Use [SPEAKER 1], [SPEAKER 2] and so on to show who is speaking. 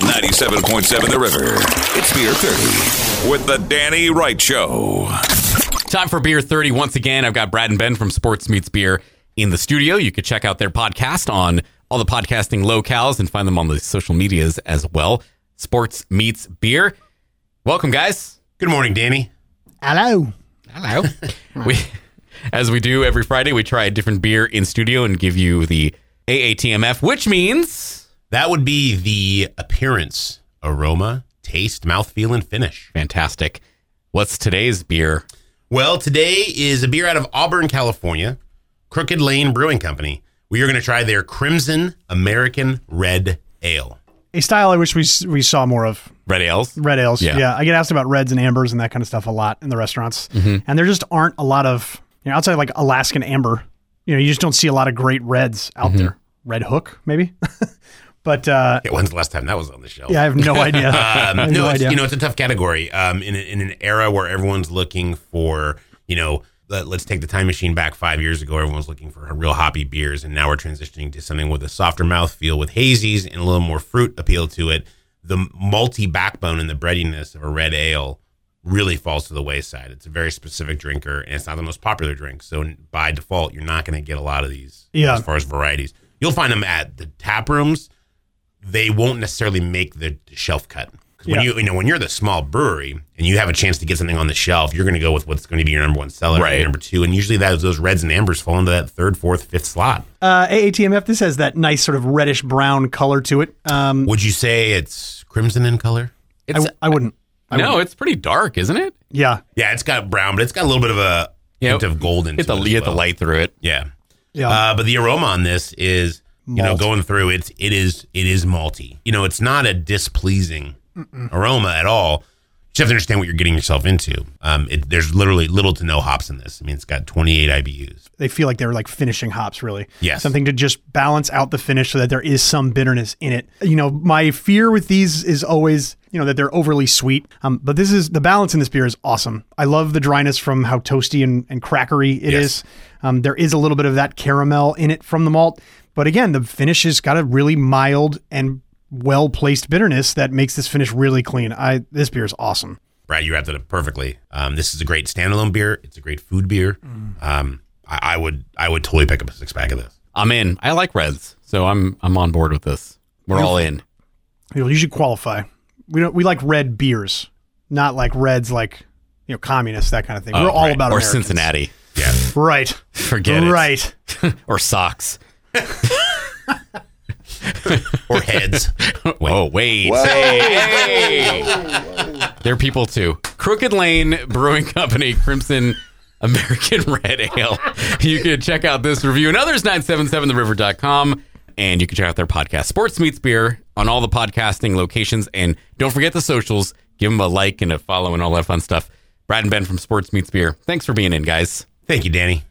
[SPEAKER 1] 97.7 The River. It's Beer 30 with The Danny Wright Show.
[SPEAKER 2] Time for Beer 30. Once again, I've got Brad and Ben from Sports Meets Beer in the studio. You could check out their podcast on all the podcasting locales and find them on the social medias as well. Sports Meets Beer. Welcome, guys.
[SPEAKER 3] Good morning, Danny.
[SPEAKER 4] Hello.
[SPEAKER 2] Hello. we, as we do every Friday, we try a different beer in studio and give you the AATMF, which means
[SPEAKER 3] That would be the appearance, aroma, taste, mouthfeel, and finish.
[SPEAKER 2] fantastic. What's today's beer?
[SPEAKER 3] Well, today is a beer out of Auburn, California, Crooked Lane Brewing Company. We are going to try their Crimson American Red Ale.
[SPEAKER 4] A style I wish we s- we saw more of.
[SPEAKER 2] Red Ales?
[SPEAKER 4] Red ales.
[SPEAKER 2] Yeah.
[SPEAKER 4] Yeah. I get asked about reds and ambers and that kind of stuff a lot in the restaurants.
[SPEAKER 3] Mm-hmm.
[SPEAKER 4] And there just aren't a lot of, you know, outside like Alaskan amber, you know, you just don't see a lot of great reds
[SPEAKER 3] Mm-hmm.
[SPEAKER 4] out there. Red hook, maybe. but uh,
[SPEAKER 3] Yeah, when's the last time that was on the shelf?
[SPEAKER 4] yeah, I have no idea.
[SPEAKER 3] Um,
[SPEAKER 4] I
[SPEAKER 3] no,
[SPEAKER 4] have no
[SPEAKER 3] it's,
[SPEAKER 4] idea.
[SPEAKER 3] you know it's a tough category. Um, in a- in an era where everyone's looking for, you know, let, let's take the time machine back five years ago. Everyone's looking for real hoppy beers, and now we're transitioning to something with a softer mouthfeel, with hazies and a little more fruit appeal to it. The multi backbone and the breadiness of a red ale really falls to the wayside. It's a very specific drinker, and it's not the most popular drink. So by default, you're not going to get a lot of these
[SPEAKER 4] Yeah.
[SPEAKER 3] as far as varieties. You'll find them at the tap rooms they won't necessarily make the shelf cut. 'Cause When
[SPEAKER 4] Yeah.
[SPEAKER 3] you you know when you're the small brewery and you have a chance to get something on the shelf, you're going to go with what's going to be your number one seller,
[SPEAKER 2] Right.
[SPEAKER 3] your number two, and usually those those reds and ambers fall into that third, fourth, fifth slot.
[SPEAKER 4] Uh, AATMF, this has that nice sort of reddish brown color to it. Um,
[SPEAKER 3] Would you say it's crimson in color?
[SPEAKER 4] I, I wouldn't. I
[SPEAKER 2] no,
[SPEAKER 4] wouldn't.
[SPEAKER 2] it's pretty dark, isn't it?
[SPEAKER 4] Yeah.
[SPEAKER 3] Yeah, it's got brown, but it's got a little bit of a
[SPEAKER 2] Yeah,
[SPEAKER 3] hint of gold into
[SPEAKER 2] Get the,
[SPEAKER 3] it as
[SPEAKER 2] you get the
[SPEAKER 3] well.
[SPEAKER 2] light through it.
[SPEAKER 3] Yeah,
[SPEAKER 4] Yeah.
[SPEAKER 3] Uh, but the aroma on this is, you know,
[SPEAKER 4] Malt.
[SPEAKER 3] going through it's it is it is malty. You know, it's not a displeasing aroma at all. You just have to understand what you're getting yourself into. Um, it, there's literally little to no hops in this. I mean, it's got 28 IBUs.
[SPEAKER 4] they feel like they're like finishing hops really
[SPEAKER 3] Yes.
[SPEAKER 4] something to just balance out the finish so that there is some bitterness in it you know my fear with these is always you know that they're overly sweet um, but this is the balance in this beer is awesome i love the dryness from how toasty and, and crackery it is.
[SPEAKER 3] Yes.
[SPEAKER 4] um, there is a little bit of that caramel in it from the malt but again the finish has got a really mild and well placed bitterness that makes this finish really clean i this beer is awesome
[SPEAKER 3] Brad, you wrapped it up perfectly. Um, this is a great standalone beer. It's a great food beer. Um, I, I would I would totally pick up a six pack of this.
[SPEAKER 2] I'm in. I like reds, so I'm I'm on board with this. We're all in.
[SPEAKER 4] It'll usually qualify. We don't. We like red beers, not like reds like you know communists that kind of thing. We're
[SPEAKER 2] Oh,
[SPEAKER 4] all
[SPEAKER 2] Right.
[SPEAKER 4] about
[SPEAKER 2] or
[SPEAKER 4] Americans.
[SPEAKER 2] Cincinnati.
[SPEAKER 3] Yeah,
[SPEAKER 4] right?
[SPEAKER 2] Forget it.
[SPEAKER 4] right.
[SPEAKER 2] Or socks.
[SPEAKER 3] or heads.
[SPEAKER 2] Oh wait. They're people too. Crooked Lane Brewing Company, Crimson American Red Ale. You can check out this review and others 977theriver.com. And you can check out their podcast, Sports Meets Beer, on all the podcasting locations. And don't forget the socials. Give them a like and a follow and all that fun stuff. Brad and Ben from Sports Meets Beer. Thanks for being in, guys.
[SPEAKER 3] Thank you, Danny.